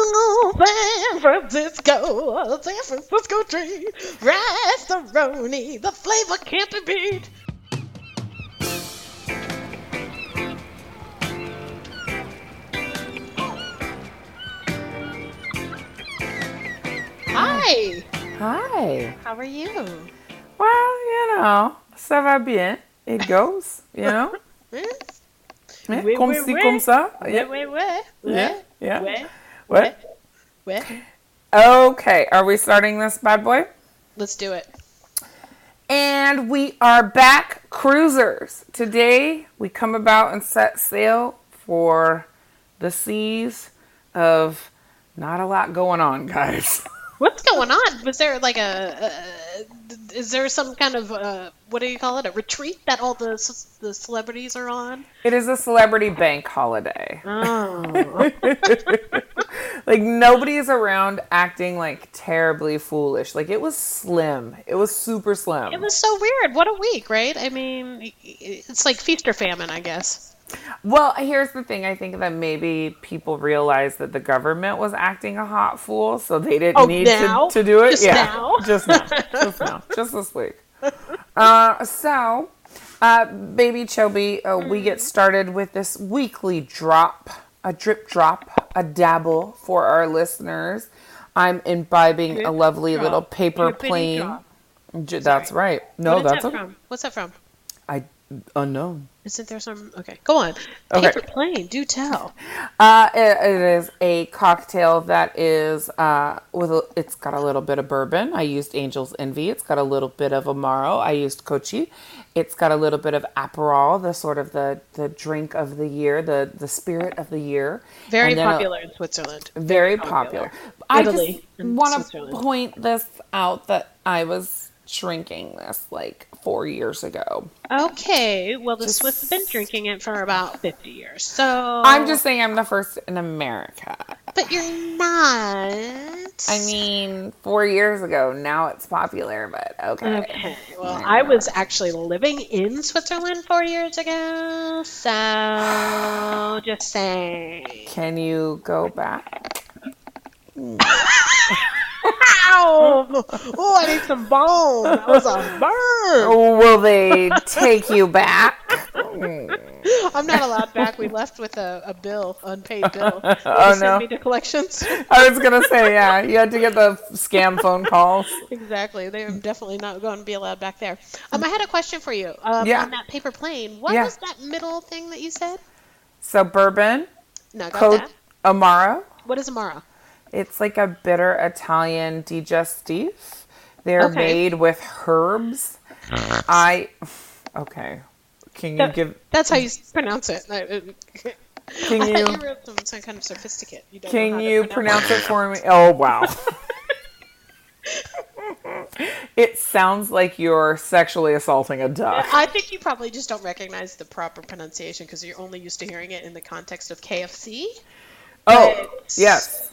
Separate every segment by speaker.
Speaker 1: Ooh, San Francisco, San Francisco tree, Rastaroni, the flavor can't be beat. Hi,
Speaker 2: Hi.
Speaker 1: how are you?
Speaker 2: Well, you know, ça va bien. It goes, you know.
Speaker 1: Hmm?
Speaker 2: Yeah,
Speaker 1: Oui,
Speaker 2: comme
Speaker 1: oui,
Speaker 2: ci,
Speaker 1: oui.
Speaker 2: comme ça.
Speaker 1: Where,
Speaker 2: Yeah,
Speaker 1: where, where?
Speaker 2: yeah, yeah.
Speaker 1: Where?
Speaker 2: What?
Speaker 1: Where?
Speaker 2: Okay, are we starting this bad boy?
Speaker 1: Let's do it.
Speaker 2: And we are back, cruisers. Today we come about and set sail for the seas of not a lot going on, guys.
Speaker 1: What's going on? Was there like a, a is there some kind of uh, what do you call it? A retreat that all the c- the celebrities are on?
Speaker 2: It is a celebrity bank holiday.
Speaker 1: Oh,
Speaker 2: Like nobody's around acting like terribly foolish. Like it was slim. It was super slim.
Speaker 1: it was so weird. What a week, right? I mean, it's like feast or famine, I guess.
Speaker 2: Well, here's the thing. I think that maybe people realized that the government was acting a hot fool, so they didn't
Speaker 1: Oh,
Speaker 2: need
Speaker 1: now?
Speaker 2: to, to do it.
Speaker 1: Just
Speaker 2: yeah,
Speaker 1: now?
Speaker 2: just now, just now, just this week. Uh, so, uh, baby Chobi, uh, we
Speaker 1: Mm-hmm.
Speaker 2: get started with this weekly drop, a drip drop, a dabble for our listeners. I'm imbibing a lovely
Speaker 1: drop,
Speaker 2: little paper
Speaker 1: drippity
Speaker 2: plane.
Speaker 1: drop.
Speaker 2: J- that's right. No,
Speaker 1: What is
Speaker 2: Oh, that's
Speaker 1: that
Speaker 2: okay.
Speaker 1: from? What's that from?
Speaker 2: I unknown.
Speaker 1: Isn't there some? Okay, go on.
Speaker 2: Okay.
Speaker 1: Paper plane, do tell.
Speaker 2: Uh, it, it is a cocktail that is uh, with a, it's got a little bit of bourbon. I used Angel's Envy. It's got a little bit of amaro. I used Kochi. It's got a little bit of Aperol, the sort of the, the drink of the year, the, the spirit of the year.
Speaker 1: Very
Speaker 2: And then a-
Speaker 1: popular in Switzerland.
Speaker 2: very popular. I just
Speaker 1: Italy and
Speaker 2: want to
Speaker 1: Switzerland.
Speaker 2: point this out that I was drinking this like four years ago.
Speaker 1: Oh. Okay, well, the Swiss have been drinking it for about fifty years, so
Speaker 2: I'm just saying I'm the first in America.
Speaker 1: But you're not.
Speaker 2: I mean, four years ago. Now it's popular, but okay.
Speaker 1: Okay. Well, I was actually living in Switzerland four years ago, so just saying.
Speaker 2: Can you go back?
Speaker 1: Ow! Oh, I need some bone. That was a burn.
Speaker 2: Oh, Will they take you back?
Speaker 1: I'm not allowed back. We left with a, a bill, unpaid bill. They
Speaker 2: Oh,
Speaker 1: sent
Speaker 2: no.
Speaker 1: me to collections.
Speaker 2: I was gonna say, yeah, you had to get the scam phone calls.
Speaker 1: exactly. They are definitely not going to be allowed back there. Um, I had a question for you. Um,
Speaker 2: Yeah.
Speaker 1: On that paper plane, what
Speaker 2: Yeah.
Speaker 1: was that middle thing that you said?
Speaker 2: So bourbon,
Speaker 1: No, I got
Speaker 2: code
Speaker 1: that.
Speaker 2: amaro.
Speaker 1: What is Amara?
Speaker 2: It's like a bitter Italian digestif. They're
Speaker 1: Okay.
Speaker 2: made with herbs. I okay. Can you
Speaker 1: That-
Speaker 2: give?
Speaker 1: That's how you s- pronounce it. I-
Speaker 2: Can
Speaker 1: I thought
Speaker 2: you?
Speaker 1: you were some, some kind of sophisticate. You don't know how
Speaker 2: Can
Speaker 1: to
Speaker 2: you
Speaker 1: pronounce
Speaker 2: pronounce it for me? Oh, wow. it sounds like you're sexually assaulting a duck.
Speaker 1: I think you probably just don't recognize the proper pronunciation because you're only used to hearing it in the context of KFC.
Speaker 2: Oh, yes.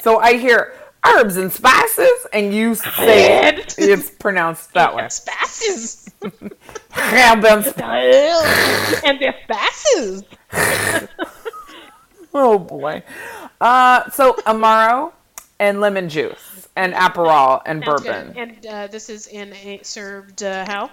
Speaker 2: So I hear herbs and spices, and you say it. It's pronounced that way.
Speaker 1: Spasses.
Speaker 2: Herb and sp-
Speaker 1: and they're spasses.
Speaker 2: Oh, boy. Uh, so, Amaro and lemon juice, and Aperol and
Speaker 1: Sounds
Speaker 2: bourbon.
Speaker 1: good. And uh, this is in a served uh, how?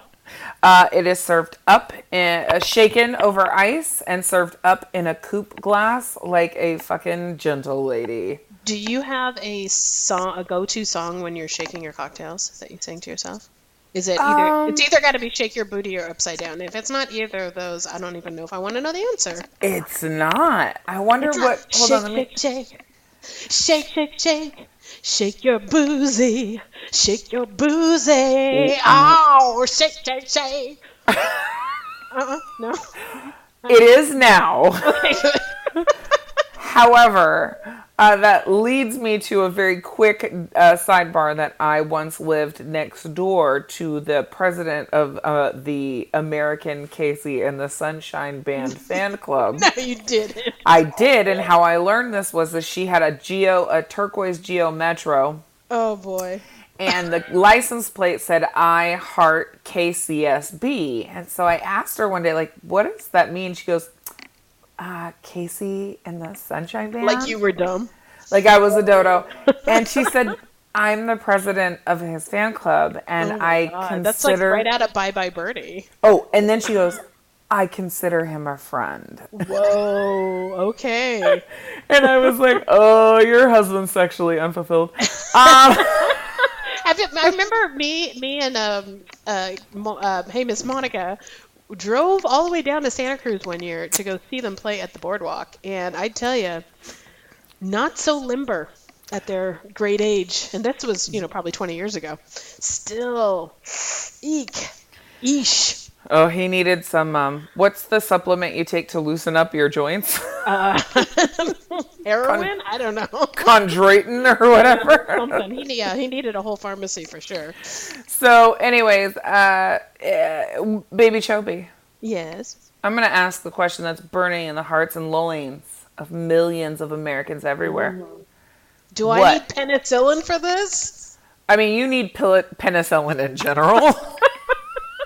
Speaker 2: Uh, it is served up, in, uh, shaken over ice, and served up in a coupe glass like a fucking gentle lady.
Speaker 1: Do you have a song, a go-to song when you're shaking your cocktails that you sing to yourself? Is it either?
Speaker 2: Um,
Speaker 1: it's either got to be shake your booty or upside down. If it's not either of those, I don't even know if I want to know the answer.
Speaker 2: It's not. I wonder what. Hold
Speaker 1: shake,
Speaker 2: on, let me.
Speaker 1: shake, shake, shake, shake, shake, shake your boozy, shake your boozy. Oh, shake, shake, shake. uh-uh, no.
Speaker 2: It is now. However, uh, that leads me to a very quick uh, sidebar that I once lived next door to the president of uh, the American Casey and the Sunshine Band fan club.
Speaker 1: no, you didn't.
Speaker 2: I did, and how I learned this was that she had a Geo, a turquoise Geo Metro,
Speaker 1: Oh boy.
Speaker 2: and the license plate said I heart KCSB. And so I asked her one day, like, what does that mean? She goes, uh, Casey and the Sunshine Band.
Speaker 1: Like you were dumb.
Speaker 2: like I was a dodo. And she said, I'm the president of his fan club. And I consider.
Speaker 1: Oh God, that's like right out of Bye Bye Birdie.
Speaker 2: oh, and then she goes, I consider him a friend.
Speaker 1: Whoa, okay.
Speaker 2: And I was like, oh, your husband's sexually unfulfilled. Um,
Speaker 1: I, fe- I remember me, me and um, uh, Mo- uh, hey Miss Monica drove all the way down to Santa Cruz one year to go see them play at the boardwalk, and I tell you, not so limber at their great age, and this was you know probably 20 years ago. Still, eek, eesh.
Speaker 2: oh, he needed some. Um, what's the supplement you take to loosen up your joints?
Speaker 1: Uh, Heroin? I don't know.
Speaker 2: Chondroitin or whatever.
Speaker 1: Something. He, yeah, he needed a whole pharmacy for sure.
Speaker 2: So, anyways, uh, uh, baby Chobi.
Speaker 1: Yes.
Speaker 2: I'm going to ask the question that's burning in the hearts and loins of millions of Americans everywhere.
Speaker 1: Do I need
Speaker 2: What?
Speaker 1: penicillin for this?
Speaker 2: I mean, you need pill- penicillin in general.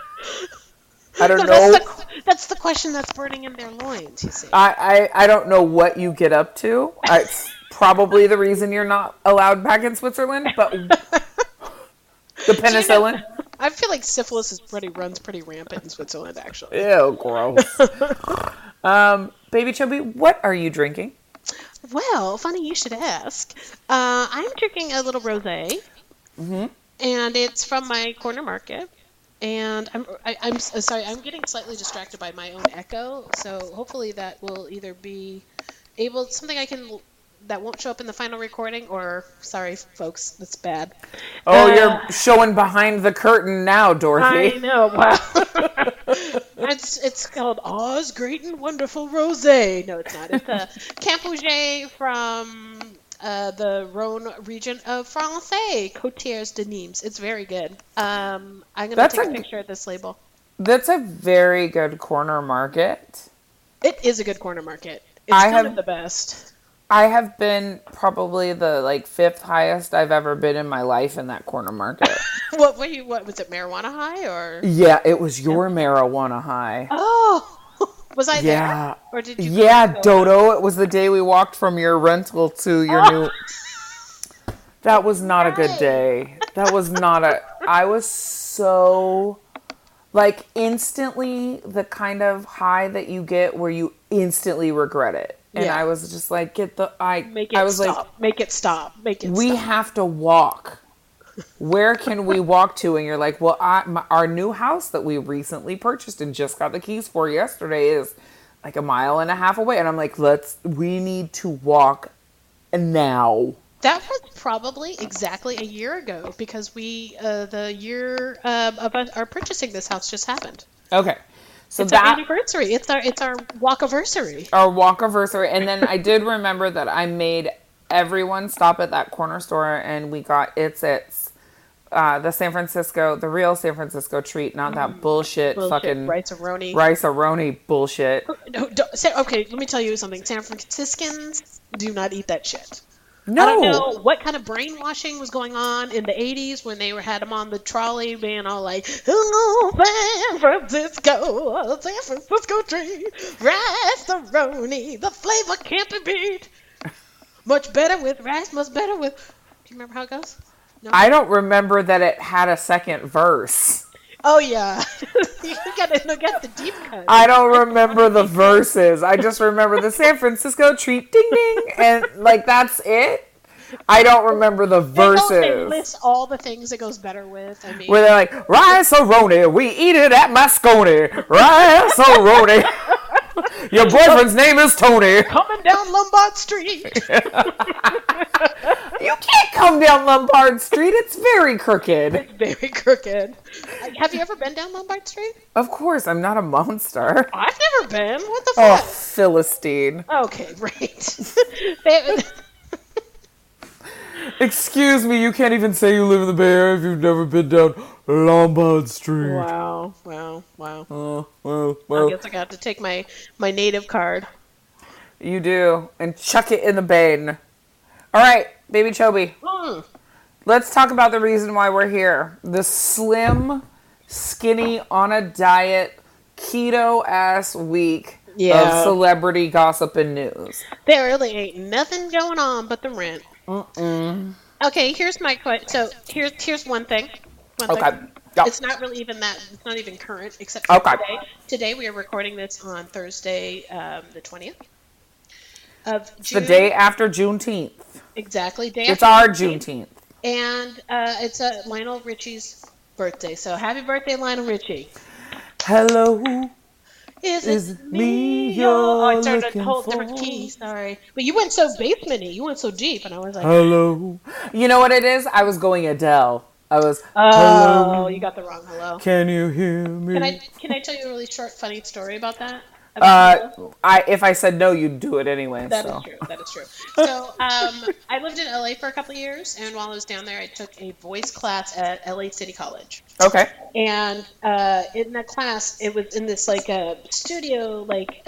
Speaker 2: I don't know.
Speaker 1: That's, the, that's the question that's burning in their loins, you see.
Speaker 2: I, I, I don't know what you get up to. It's probably the reason you're not allowed back in Switzerland, but the penicillin.
Speaker 1: I feel like syphilis is pretty runs pretty rampant in Switzerland, actually.
Speaker 2: Ew, gross. um, baby Chobi, what are you drinking?
Speaker 1: Well, funny you should ask. Uh, I'm drinking a little rosé, and it's from my corner market. And I'm I, I'm s- sorry, I'm getting slightly distracted by my own echo. So hopefully that will either be able something I can that won't show up in the final recording, or sorry, folks, that's bad.
Speaker 2: Oh,
Speaker 1: Uh,
Speaker 2: you're showing behind the curtain now, Dorothy.
Speaker 1: I know. Wow. it's it's called Oz Great and Wonderful Rosé. No, it's not. It's a Campouget from uh, the Rhone region of France, Cotiers de Nimes. It's very good. Um, I'm gonna
Speaker 2: That's
Speaker 1: take a,
Speaker 2: a-
Speaker 1: picture of this label.
Speaker 2: That's a very good corner market.
Speaker 1: It is a good corner market. It's
Speaker 2: I
Speaker 1: kind of
Speaker 2: have-
Speaker 1: the best.
Speaker 2: I have been probably the like fifth highest I've ever been in my life in that corner market.
Speaker 1: What were you? What was it? Marijuana high or?
Speaker 2: yeah, it was your marijuana high.
Speaker 1: Oh, was I
Speaker 2: Yeah.
Speaker 1: there? Or did you?
Speaker 2: Yeah, Dodo, it was the day we walked from your rental to your
Speaker 1: Oh.
Speaker 2: new That was not a good day. That was not a I was so like instantly the kind of high that you get where you instantly regret it. And
Speaker 1: Yeah.
Speaker 2: I was just like get the I
Speaker 1: Make it
Speaker 2: I was
Speaker 1: stop.
Speaker 2: like
Speaker 1: Make it stop. Make it.
Speaker 2: we
Speaker 1: stop.
Speaker 2: have to walk. Where can we walk to? And you're like, well, I, my, our new house that we recently purchased and just got the keys for yesterday is like a mile and a half away. And I'm like, let's, we need to walk now.
Speaker 1: That was probably exactly a year ago because we, uh, the year um, of us- our purchasing this house just happened.
Speaker 2: Okay. So
Speaker 1: It's our
Speaker 2: that
Speaker 1: anniversary. It's our it's our walk anniversary.
Speaker 2: our walk anniversary. And then I did remember that I made everyone stop at that corner store and we got it's it's uh, the San Francisco, the real San Francisco treat, not that Mm. bullshit, fucking
Speaker 1: rights of Roni.
Speaker 2: rice aroni bullshit.
Speaker 1: No, don't, say, okay, let me tell you something. San Franciscans do not eat that shit.
Speaker 2: No.
Speaker 1: I don't know what kind of brainwashing was going on in the 80s when they were had them on the trolley being all like, Hello, San Francisco, San Francisco tree, Rastaroni, the flavor can't be beat. Much better with rice, much better with. Do you remember how it goes?
Speaker 2: I don't remember that it had a second verse.
Speaker 1: Oh, yeah. you gotta look at the deep cut.
Speaker 2: I don't remember the verses. I just remember the San Francisco treat ding ding and like that's it. I don't remember the
Speaker 1: They go- They
Speaker 2: verses.
Speaker 1: list all the things it goes better with. I mean,
Speaker 2: Where they're like, rice aroni, we eat it at Mascone. Rice aroni. Your boyfriend's name is Tony.
Speaker 1: coming down Lombard Street.
Speaker 2: You can't come down Lombard Street. It's very crooked.
Speaker 1: Very crooked. Have you ever been down Lombard Street?
Speaker 2: Of course, I'm not a monster.
Speaker 1: I've never been. What the
Speaker 2: Oh,
Speaker 1: fuck?
Speaker 2: Philistine.
Speaker 1: Okay, right. They-
Speaker 2: Excuse me, you can't even say you live in the Bay Area if you've never been down Lombard Street.
Speaker 1: wow, wow, wow.
Speaker 2: Oh, well,
Speaker 1: I
Speaker 2: well.
Speaker 1: guess I got to take my my native card.
Speaker 2: You do, and chuck it in the bin. All right, baby Chobi,
Speaker 1: Mm.
Speaker 2: let's talk about the reason why we're here. The slim, skinny, on a diet, keto ass week
Speaker 1: Yeah.
Speaker 2: of celebrity gossip and news.
Speaker 1: There really ain't nothing going on but the rent.
Speaker 2: Mm-mm.
Speaker 1: Okay, here's my question. So here's here's one thing. One thing.
Speaker 2: Okay. Yep.
Speaker 1: It's not really even that. It's not even current, except for
Speaker 2: Okay.
Speaker 1: today. Today we are recording this on Thursday, um, the twentieth of
Speaker 2: The
Speaker 1: June.
Speaker 2: day after Juneteenth.
Speaker 1: exactly. Day
Speaker 2: It's
Speaker 1: after
Speaker 2: our
Speaker 1: Juneteenth. and
Speaker 2: Juneteenth.
Speaker 1: uh, it's uh, Lionel Richie's birthday. So happy birthday, Lionel Richie!
Speaker 2: Hello.
Speaker 1: Is,
Speaker 2: Is
Speaker 1: it
Speaker 2: it
Speaker 1: me?
Speaker 2: me
Speaker 1: you're- Oh, I started
Speaker 2: looking
Speaker 1: a whole different
Speaker 2: for?
Speaker 1: key. Sorry, but you went so basementy. You went so deep, and I was like,
Speaker 2: Hello. You know what it is? I was going Adele. I was.
Speaker 1: oh, you got the wrong hello.
Speaker 2: Can you hear me?
Speaker 1: Can I can I tell you a really short funny story about that? About
Speaker 2: uh, I if I said no, you'd do it anyway.
Speaker 1: That is
Speaker 2: so.
Speaker 1: true. That is true. So um, I lived in LA for a couple of years, and while I was down there, I took a voice class at LA City College.
Speaker 2: Okay.
Speaker 1: And uh, in that class, it was in this like a studio, like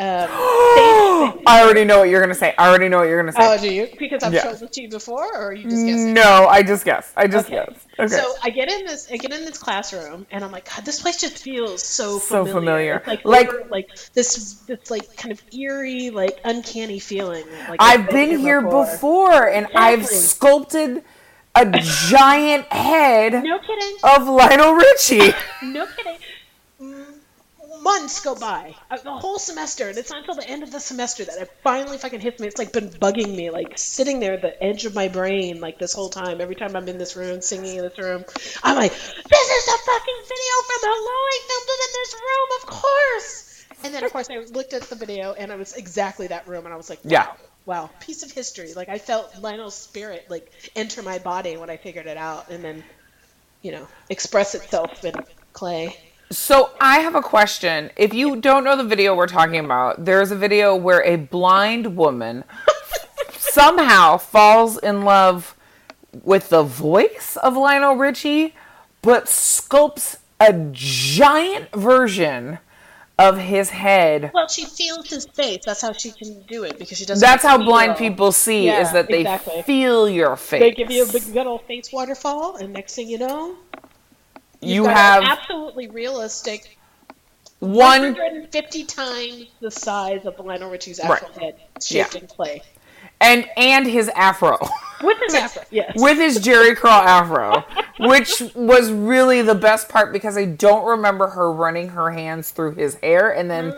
Speaker 1: um, stage thing.
Speaker 2: I already know what you're gonna say. I already know what you're gonna
Speaker 1: Oh,
Speaker 2: say.
Speaker 1: do you? Because I've
Speaker 2: Yeah.
Speaker 1: shown this to you before, or are you just guessing?
Speaker 2: no, I just guessed. I just
Speaker 1: Okay.
Speaker 2: guessed. Okay.
Speaker 1: So I get in this, I get in this classroom, and I'm like, God, this place just feels so
Speaker 2: So
Speaker 1: familiar.
Speaker 2: familiar.
Speaker 1: It's like,
Speaker 2: Like-
Speaker 1: like, like this, this like kind of eerie, like uncanny feeling. Like
Speaker 2: I've been here before, and I've
Speaker 1: Exactly.
Speaker 2: sculpted a giant head
Speaker 1: No kidding.
Speaker 2: of Lionel Richie.
Speaker 1: No kidding. M- Mm, Months go by, a the whole semester, and it's not until the end of the semester that it finally fucking hits me. It's like been bugging me, like sitting there at the edge of my brain, like this whole time. Every time I'm in this room, singing in this room, I'm like, this is a fucking video from Hello, I filmed it in this room, of course. And then, of course, I looked at the video, and it was exactly that room, and I was like, wow,
Speaker 2: Yeah.
Speaker 1: wow, piece of history. Like I felt Lionel's spirit like enter my body when I figured it out, and then, you know, express itself in clay.
Speaker 2: So I have a question. If you don't know the video we're talking about, there's a video where a blind woman somehow falls in love with the voice of Lionel Richie, but sculpts a giant version of his head.
Speaker 1: Well, she feels his face. That's how she can do it because she doesn't.
Speaker 2: That's how
Speaker 1: feel.
Speaker 2: blind people see
Speaker 1: Yeah,
Speaker 2: is that they
Speaker 1: exactly.
Speaker 2: feel your face.
Speaker 1: They give you a big good old face waterfall, and next thing you know,
Speaker 2: you
Speaker 1: got
Speaker 2: have
Speaker 1: an absolutely realistic,
Speaker 2: one
Speaker 1: 150 times the size of Lionel Richie's actual
Speaker 2: Right.
Speaker 1: head shaped in clay
Speaker 2: and and his afro.
Speaker 1: with his afro. Yes.
Speaker 2: with his Jerry curl afro, which was really the best part because I don't remember her running her hands through his hair and then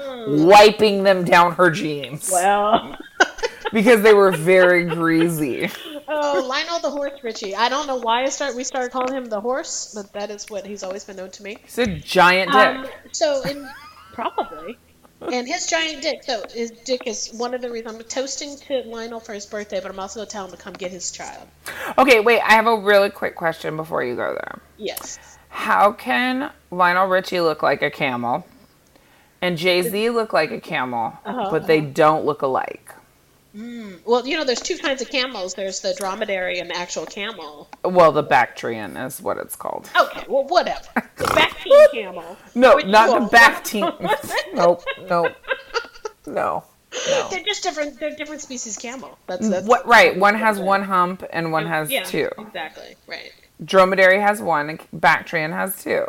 Speaker 2: wiping them down her jeans
Speaker 1: well,
Speaker 2: because they were very greasy.
Speaker 1: oh, Lionel the horse Richie. I don't know why I start we started calling him the horse, but that is what he's always been known to me.
Speaker 2: It's a giant dick.
Speaker 1: Um, so, in, probably. And his giant dick. So, his dick is one of the reasons I'm toasting to Lionel for his birthday, but I'm also going to tell him to come get his child.
Speaker 2: okay, wait, I have a really quick question before you go there.
Speaker 1: Yes.
Speaker 2: How can Lionel Richie look like a camel and Jay Z look like a camel, but they don't look alike?
Speaker 1: Well, you know, there's two kinds of camels there's the dromedary and the actual camel.
Speaker 2: Well, the Bactrian is what it's called.
Speaker 1: Okay, well, whatever. The Bactrian camel.
Speaker 2: No,
Speaker 1: Which
Speaker 2: not the
Speaker 1: one?
Speaker 2: back team. nope, nope, no.
Speaker 1: They're just different. They're different species camel. That's, that's
Speaker 2: What? Right. One has one hump and one has
Speaker 1: yeah,
Speaker 2: two.
Speaker 1: Exactly. Right.
Speaker 2: Dromedary has one. and Bactrian has two.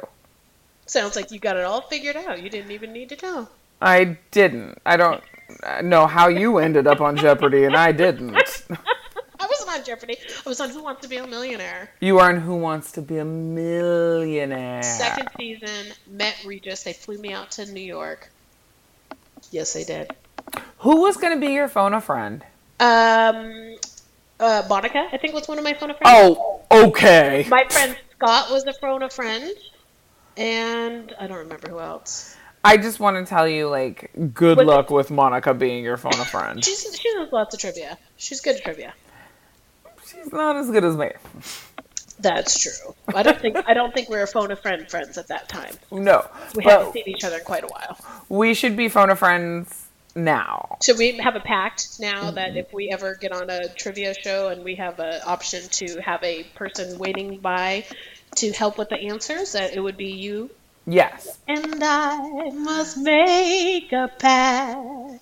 Speaker 1: Sounds like you got it all figured out. You didn't even need to know.
Speaker 2: I didn't. I don't uh, know how you ended up on Jeopardy, and I didn't.
Speaker 1: I wasn't on Jeopardy. I was on Who Wants to Be a Millionaire.
Speaker 2: You are in Who Wants to Be a Millionaire.
Speaker 1: Second season, met Regis. They flew me out to New York. Yes, they did.
Speaker 2: Who was going to be your phone a friend?
Speaker 1: Um, uh, Monica, I think was one of my phone a friend.
Speaker 2: Oh, okay.
Speaker 1: My friend Scott was a phone a friend, and I don't remember who else.
Speaker 2: I just want to tell you, like, good
Speaker 1: Was-
Speaker 2: luck with Monica being your phone a friend.
Speaker 1: She's she knows lots of trivia. She's good at trivia.
Speaker 2: She's not as good as me.
Speaker 1: That's true. I don't think I don't think we were phone a friend friends at that time.
Speaker 2: No,
Speaker 1: We
Speaker 2: but
Speaker 1: haven't seen each other in quite a while.
Speaker 2: we should be phone a friends now.
Speaker 1: Should we have a pact now that
Speaker 2: Mm-hmm.
Speaker 1: if we ever get on a trivia show and we have an option to have a person waiting by to help with the answers, that it would be you?
Speaker 2: Yes,
Speaker 1: And I must make a pact.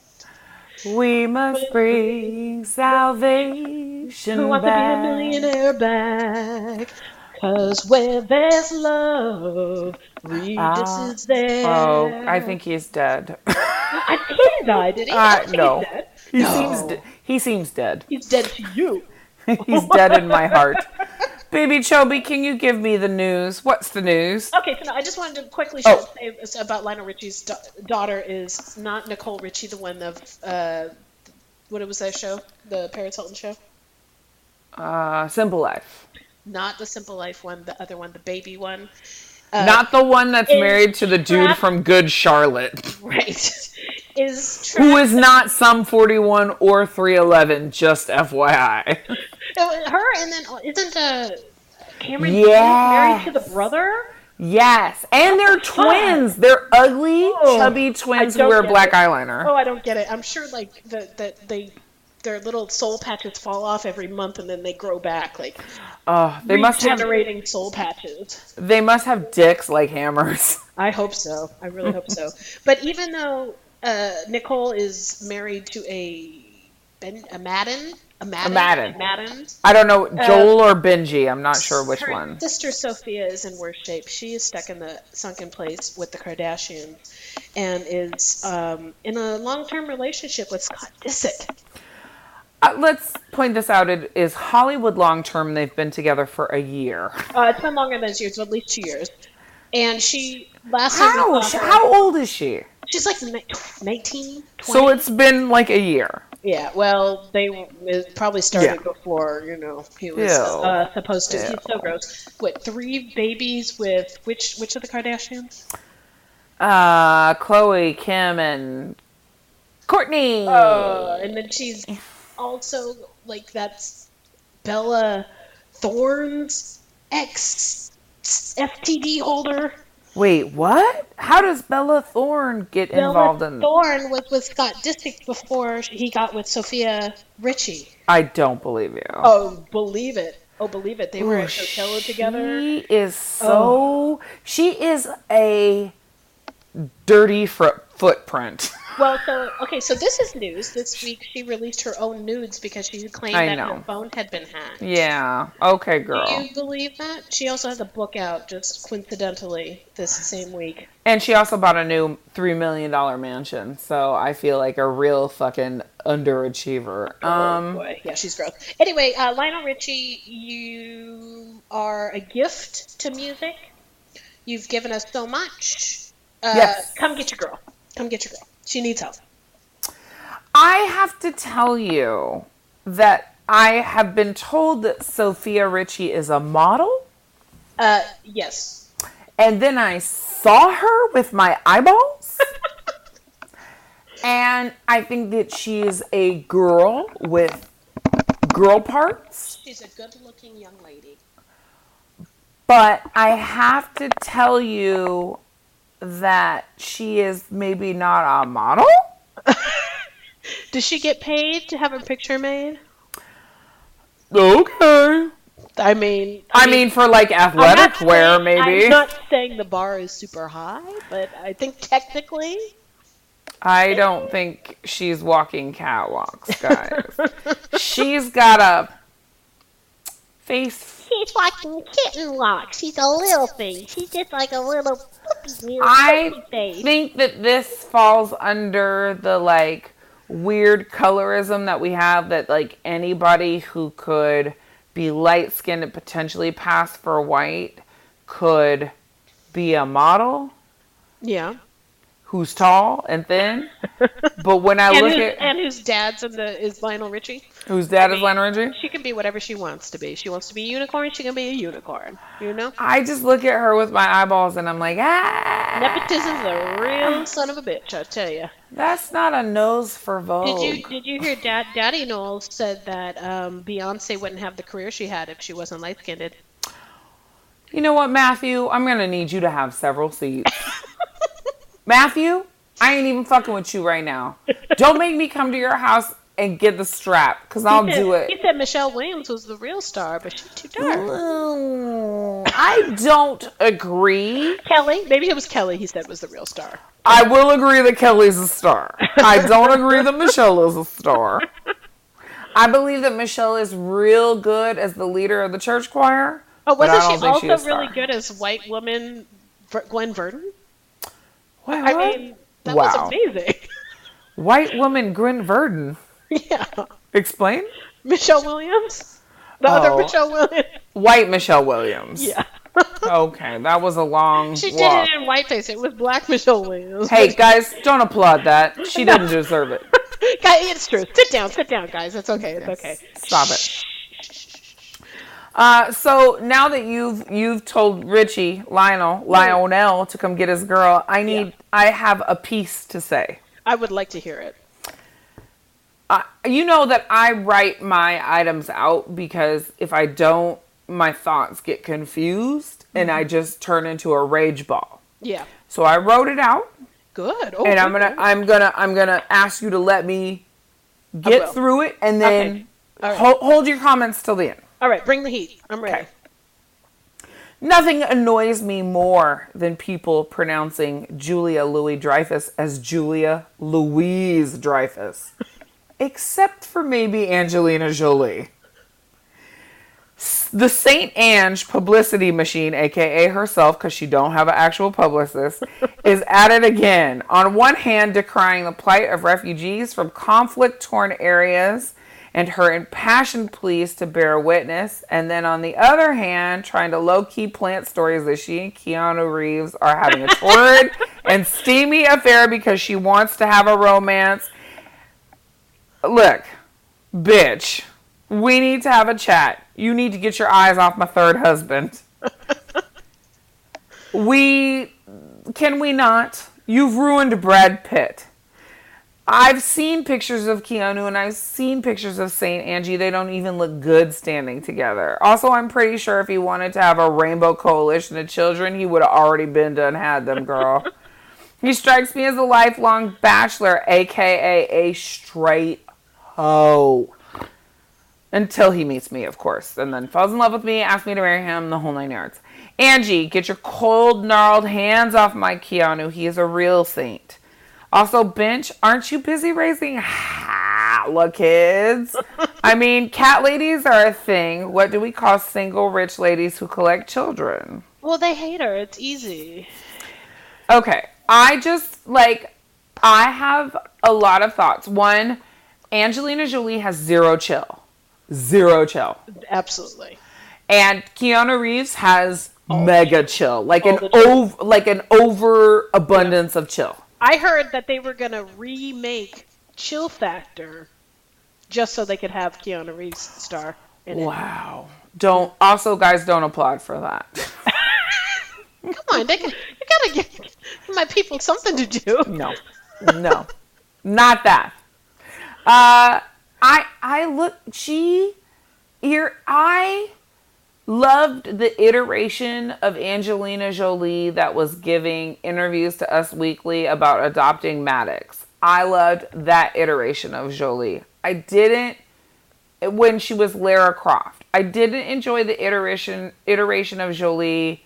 Speaker 2: we must bring salvation
Speaker 1: Who wants to be a
Speaker 2: back.
Speaker 1: millionaire back? Cause where there's love, Regis
Speaker 2: Ah.
Speaker 1: is there.
Speaker 2: Oh, I think he's dead.
Speaker 3: I, he didn't die, did he? I
Speaker 2: Uh,
Speaker 3: don't think
Speaker 2: no.
Speaker 3: he's dead.
Speaker 2: He seems de- he seems dead.
Speaker 1: He's dead to you.
Speaker 2: He's dead in my heart. Baby Chobi, can you give me the news? What's the news?
Speaker 1: Okay, so now I just wanted to quickly
Speaker 2: Oh.
Speaker 1: say this about Lionel Richie's da- daughter is not Nicole Richie, the one of uh, what was that show, the Paris Hilton show?
Speaker 2: Uh, Simple Life.
Speaker 1: Not the Simple Life one, the other one, the baby one. Uh,
Speaker 2: Not the one that's
Speaker 3: is
Speaker 2: married to the dude
Speaker 3: Trav-
Speaker 2: from Good Charlotte,
Speaker 1: Right, is trapped.
Speaker 2: who is not some 41 or 311, just FYI.
Speaker 1: her and then isn't uh, Cameron
Speaker 2: Yeah.
Speaker 3: Married to the brother?
Speaker 2: Yes, and they're twins. They're ugly, chubby twins
Speaker 3: Oh, I don't
Speaker 2: who wear
Speaker 3: get
Speaker 2: black
Speaker 3: it.
Speaker 2: eyeliner.
Speaker 1: Oh, I don't get it. I'm sure like the, that they their little soul patches fall off every month and then they grow back like
Speaker 2: Oh, they must have
Speaker 1: regenerating soul patches.
Speaker 2: they must have dicks like hammers.
Speaker 1: I hope so. I really hope so. But even though uh, Nicole is married to a Ben a Madden a Madden
Speaker 2: Madden.
Speaker 1: Madden.
Speaker 2: I don't know
Speaker 3: Uh,
Speaker 2: Joel or Benji. I'm not sure which
Speaker 1: her
Speaker 2: one.
Speaker 1: Sister Sophia is in worse shape. She is stuck in the sunken place with the Kardashians, and is um, in a long-term relationship with Scott Disick.
Speaker 2: Uh, let's point this out. It is Hollywood long term. They've been together for a year.
Speaker 1: Uh, it's been longer than two years, at least two years. And she last time
Speaker 2: How?
Speaker 1: we saw her,
Speaker 2: How old is she?
Speaker 1: she's like ni- 19, 20.
Speaker 2: So it's been like a year.
Speaker 1: yeah. Well, they it probably started
Speaker 2: Yeah.
Speaker 1: before you know he was
Speaker 2: Ew.
Speaker 1: uh, supposed to. He's so gross. What three babies with which which of the Kardashians?
Speaker 2: Uh, Chloe, Kim, and Courtney.
Speaker 3: Oh.
Speaker 1: Uh, and then she's also like that's Bella Thorne's ex FTD holder.
Speaker 2: Wait, what? How does Bella Thorne get involved in?
Speaker 1: Thorne was with Scott Disick before he got with Sophia Richie.
Speaker 2: I don't believe you.
Speaker 1: Oh, believe it. Oh, believe it. They were
Speaker 2: Ooh,
Speaker 1: at Coachella together. Oh.
Speaker 2: She is so. She is a dirty fr- footprint.
Speaker 1: Well, so okay, so this is news. This week she released her own nudes because she claimed
Speaker 2: I
Speaker 1: that her
Speaker 2: know.
Speaker 1: phone had been hacked.
Speaker 2: yeah. Okay,
Speaker 1: Do
Speaker 2: girl.
Speaker 1: you believe that? She also has a book out just coincidentally this same week.
Speaker 2: And she also bought a new three million dollar mansion. So I feel like a real fucking underachiever.
Speaker 1: oh
Speaker 2: Um.
Speaker 1: boy, yeah, she's gross. Anyway, uh, Lionel Richie, you are a gift to music. You've given us so much. Uh,
Speaker 2: Yes.
Speaker 1: Come get your girl. Come get your girl. She needs help.
Speaker 2: I have to tell you that I have been told that Sophia Ritchie is a model,
Speaker 1: Uh, yes.
Speaker 2: and then I saw her with my eyeballs. and I think that she's a girl with girl parts,
Speaker 1: She's a good looking young lady.
Speaker 2: but I have to tell you that she is maybe not a model.
Speaker 1: Does she get paid to have her picture made?
Speaker 2: Okay.
Speaker 1: I mean,
Speaker 2: I mean, for like
Speaker 1: I'm not
Speaker 2: athletic wear,
Speaker 1: saying-
Speaker 2: maybe.
Speaker 1: I'm not saying the bar is super high, but I think technically.
Speaker 2: I don't think she's walking catwalks, guys. she's got a face.
Speaker 4: She's walking kitten walk. She's a little thing. She's just like a little flippy, little
Speaker 2: I
Speaker 4: flippy face.
Speaker 2: think that this falls under the like weird colorism that we have that like anybody who could be light skinned and potentially pass for white could be a model
Speaker 1: Yeah.
Speaker 2: who's tall and thin. but when I
Speaker 1: And
Speaker 2: look
Speaker 1: his,
Speaker 2: at
Speaker 1: and his dad's in the is Lionel Richie.
Speaker 2: whose dad is Lionel Richie?
Speaker 1: She can be whatever she wants to be. She wants to be a unicorn. She can be a unicorn. You know,
Speaker 2: I just look at her with my eyeballs and I'm like, ah,
Speaker 1: nepotism's a real son of a bitch. I tell you.
Speaker 2: that's not a nose for Vogue.
Speaker 1: Did you did you hear Dad Daddy Noel said that um, Beyonce wouldn't have the career she had if she wasn't light skinned?
Speaker 2: You know what, Matthew? I'm gonna need you to have several seats. Matthew, I ain't even fucking with you right now. Don't make me come to your house and get the strap, cause I'll do
Speaker 1: He
Speaker 2: it.
Speaker 1: said Michelle Williams was the real star, but she's too dark.
Speaker 2: Ooh, I don't agree.
Speaker 1: Kelly, maybe it was Kelly. He said was the real star.
Speaker 2: I will agree that Kelly's a star. I don't agree that Michelle is a star. I believe that Michelle is real good as the leader of the church choir.
Speaker 1: Oh,
Speaker 2: but I
Speaker 1: wasn't
Speaker 2: don't
Speaker 1: she
Speaker 2: think she
Speaker 1: also
Speaker 2: a
Speaker 1: really
Speaker 2: star.
Speaker 1: good as white woman Ver- Gwen Verdon?
Speaker 2: Wait,
Speaker 1: I
Speaker 2: what?
Speaker 1: mean, that was
Speaker 2: Wow.
Speaker 1: amazing.
Speaker 2: White woman Grin Verdon.
Speaker 1: Yeah.
Speaker 2: Explain.
Speaker 1: Michelle Williams? The other
Speaker 2: Oh.
Speaker 1: Michelle Williams.
Speaker 2: White Michelle Williams.
Speaker 1: Yeah.
Speaker 2: Okay, that was a long
Speaker 1: She did
Speaker 2: walk.
Speaker 1: it in whiteface. It was black Michelle Williams.
Speaker 2: Hey guys, don't applaud that. She didn't deserve it.
Speaker 1: Guy, it's true. Sit down, sit down, guys. It's okay. It's okay.
Speaker 2: Stop it. Uh, so now that you've you've told Richie Lionel Lionel to come get his girl, I need I have a piece to say.
Speaker 1: I would like to hear it.
Speaker 2: Uh, you know that I write my items out because if I don't, my thoughts get confused and
Speaker 1: Mm-hmm.
Speaker 2: I just turn into a rage ball.
Speaker 1: Yeah.
Speaker 2: So I wrote it out,
Speaker 1: Good. Oh,
Speaker 2: and I'm
Speaker 1: good.
Speaker 2: gonna I'm gonna I'm gonna ask you to let me
Speaker 1: will.
Speaker 2: get through it, and then
Speaker 1: Okay. All right.
Speaker 2: hold, hold your comments till the end.
Speaker 1: All right, bring the heat. I'm ready.
Speaker 2: Okay. Nothing annoys me more than people pronouncing Julia Louis Dreyfus as Julia Louise Dreyfus, except for maybe Angelina Jolie. S- The Saint Ange publicity machine, aka herself, because she don't have an actual publicist, is at it again. On one hand, decrying the plight of refugees from conflict-torn areas and her impassioned pleas to bear witness, and then on the other hand, trying to low key plant stories that she and Keanu Reeves are having a torrid and steamy affair because she wants to have a romance. Look, bitch, we need to have a chat. You need to get your eyes off my third husband. we can we not? You've ruined Brad Pitt. I've seen pictures of Keanu and I've seen pictures of Saint Angie. They don't even look good standing together. Also, I'm pretty sure if he wanted to have a rainbow coalition of children, he would have already been done had them, girl. he strikes me as a lifelong bachelor, aka a straight hoe. Until he meets me, of course, and then falls in love with me, asks me to marry him, the whole nine yards. Angie, get your cold, gnarled hands off my Keanu. He is a real saint. Also, Bench, aren't you busy raising hella kids? I mean, cat ladies are a thing. What do we call single rich ladies who collect children?
Speaker 1: Well, they hate her. It's easy.
Speaker 2: Okay. I just like I have a lot of thoughts. One, Angelina Jolie has zero chill. Zero chill.
Speaker 1: Absolutely.
Speaker 2: And Keanu Reeves has mega chill. Like an
Speaker 3: the chill.
Speaker 2: over like an overabundance of chill.
Speaker 1: I heard that they were going to remake Chill Factor just so they could have Keanu Reeves star in it.
Speaker 2: Wow. Don't also guys don't applaud for that.
Speaker 1: Come on, they can, you got to give my people something to do.
Speaker 2: No, no, not that. Uh, I I look she here. I loved the iteration of Angelina Jolie that was giving interviews to Us Weekly about adopting Maddox. I loved that iteration of Jolie. I didn't when she was Lara Croft. I didn't enjoy the iteration iteration of Jolie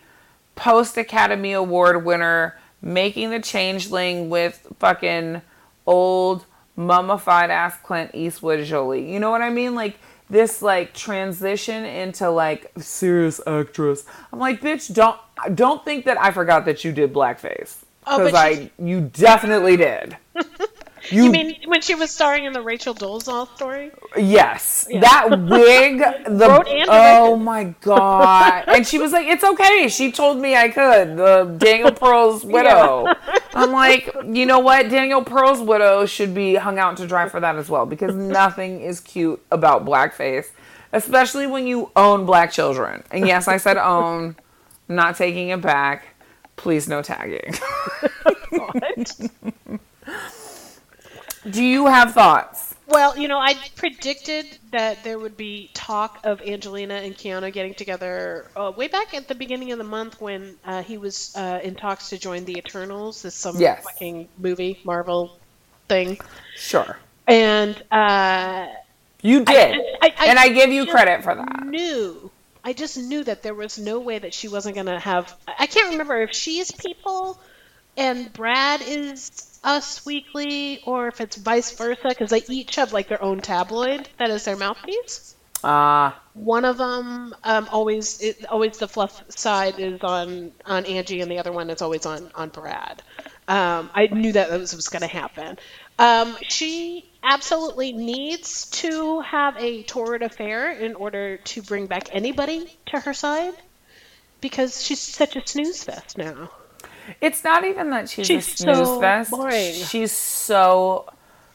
Speaker 2: post Academy Award winner making the changeling with fucking old mummified ass Clint Eastwood Jolie. You know what I mean? Like this like transition into like serious actress. I'm like, bitch, don't don't think that I forgot that you did blackface.
Speaker 1: Oh, but
Speaker 2: Because I you definitely did.
Speaker 1: You mean when she was starring in the Rachel Dolezal story?
Speaker 2: Yes, that wig. The
Speaker 1: Wrote and
Speaker 2: oh
Speaker 1: directed.
Speaker 2: my god! And she was like, "It's okay." She told me I could. The Daniel Pearl's widow. I'm like, you know what? Daniel Pearl's widow should be hung out to dry for that as well because nothing is cute about blackface, especially when you own black children. And yes, I said own. I'm not taking it back. Please, no tagging. Do you have thoughts?
Speaker 1: Well, you know, I predicted that there would be talk of Angelina and Keanu getting together uh, way back at the beginning of the month when uh, he was uh, in talks to join the Eternals, this some
Speaker 2: Yes.
Speaker 1: fucking movie Marvel thing,
Speaker 2: Sure.
Speaker 1: and uh,
Speaker 2: You did. and I give you
Speaker 1: just
Speaker 2: credit for that.
Speaker 1: Knew I just knew that there was no way that she wasn't gonna have. I can't remember if she is people, and Brad is Us Weekly, or if it's vice versa, because they each have like their own tabloid that is their mouthpiece.
Speaker 2: Ah,
Speaker 1: One of them um, always it, always the fluff side is on on Angie, and the other one is always on on Brad. Um, I knew that that was, was going to happen. Um, she absolutely needs to have a torrid affair in order to bring back anybody to her side because she's such a snooze fest now.
Speaker 2: It's not even that she's,
Speaker 1: She's
Speaker 2: a snooze
Speaker 1: so
Speaker 2: fest.
Speaker 1: boring.
Speaker 2: She's so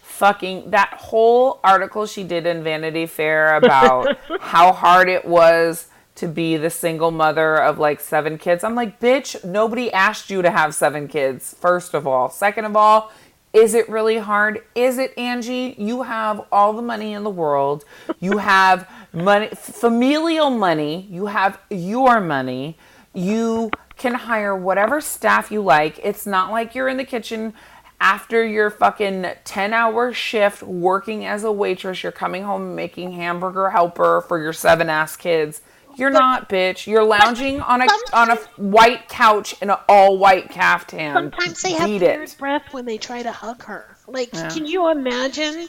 Speaker 2: fucking that whole article she did in Vanity Fair about how hard it was to be the single mother of like seven kids. I'm like, bitch, nobody asked you to have seven kids, first of all. Second of all, is it really hard? Is it, Angie? You have all the money in the world. You have money, familial money. You have your money. You can hire whatever staff you like. It's not like you're in the kitchen after your fucking 10 hour shift working as a waitress. You're coming home making hamburger helper for your seven ass kids. You're not, bitch. You're lounging on a on a white couch in an all white caftan.
Speaker 1: Sometimes they have
Speaker 2: Beat
Speaker 1: weird
Speaker 2: it.
Speaker 1: breath when they try to hug her. Like, can you imagine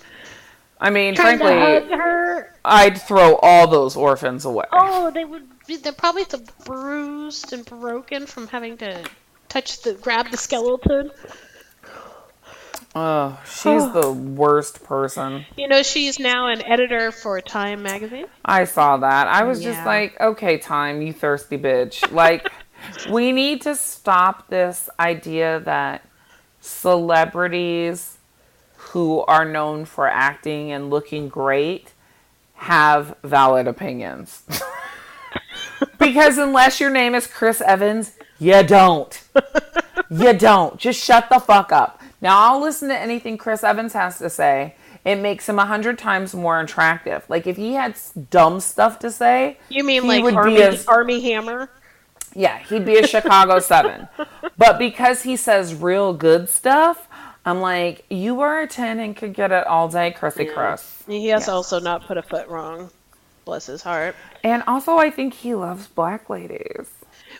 Speaker 2: I mean,
Speaker 1: trying
Speaker 2: frankly,
Speaker 1: to hug her?
Speaker 2: I'd throw all those orphans away.
Speaker 1: Oh, they would. Be, they're probably so bruised and broken from having to touch the grab the skeleton.
Speaker 2: Oh, she's the worst person.
Speaker 1: You know, she's now an editor for Time magazine.
Speaker 2: I saw that. I was just
Speaker 1: Yeah.
Speaker 2: like, okay, time, you thirsty bitch. Like, we need to stop this idea that celebrities who are known for acting and looking great have valid opinions. because unless your name is Chris Evans, you don't. you don't. Just shut the fuck up. Now I'll listen to anything Chris Evans has to say. It makes him a hundred times more attractive. Like if he had s- dumb stuff to say,
Speaker 1: You mean
Speaker 2: He
Speaker 1: like
Speaker 2: would be
Speaker 1: Army
Speaker 2: a-
Speaker 1: Army Hammer?
Speaker 2: yeah, he'd be a Chicago seven. But because he says real good stuff, I'm like, you are a ten and could get it all day, Chrissy Chris.
Speaker 1: He has also not put a foot wrong. Bless his heart.
Speaker 2: And also, I think he loves black ladies.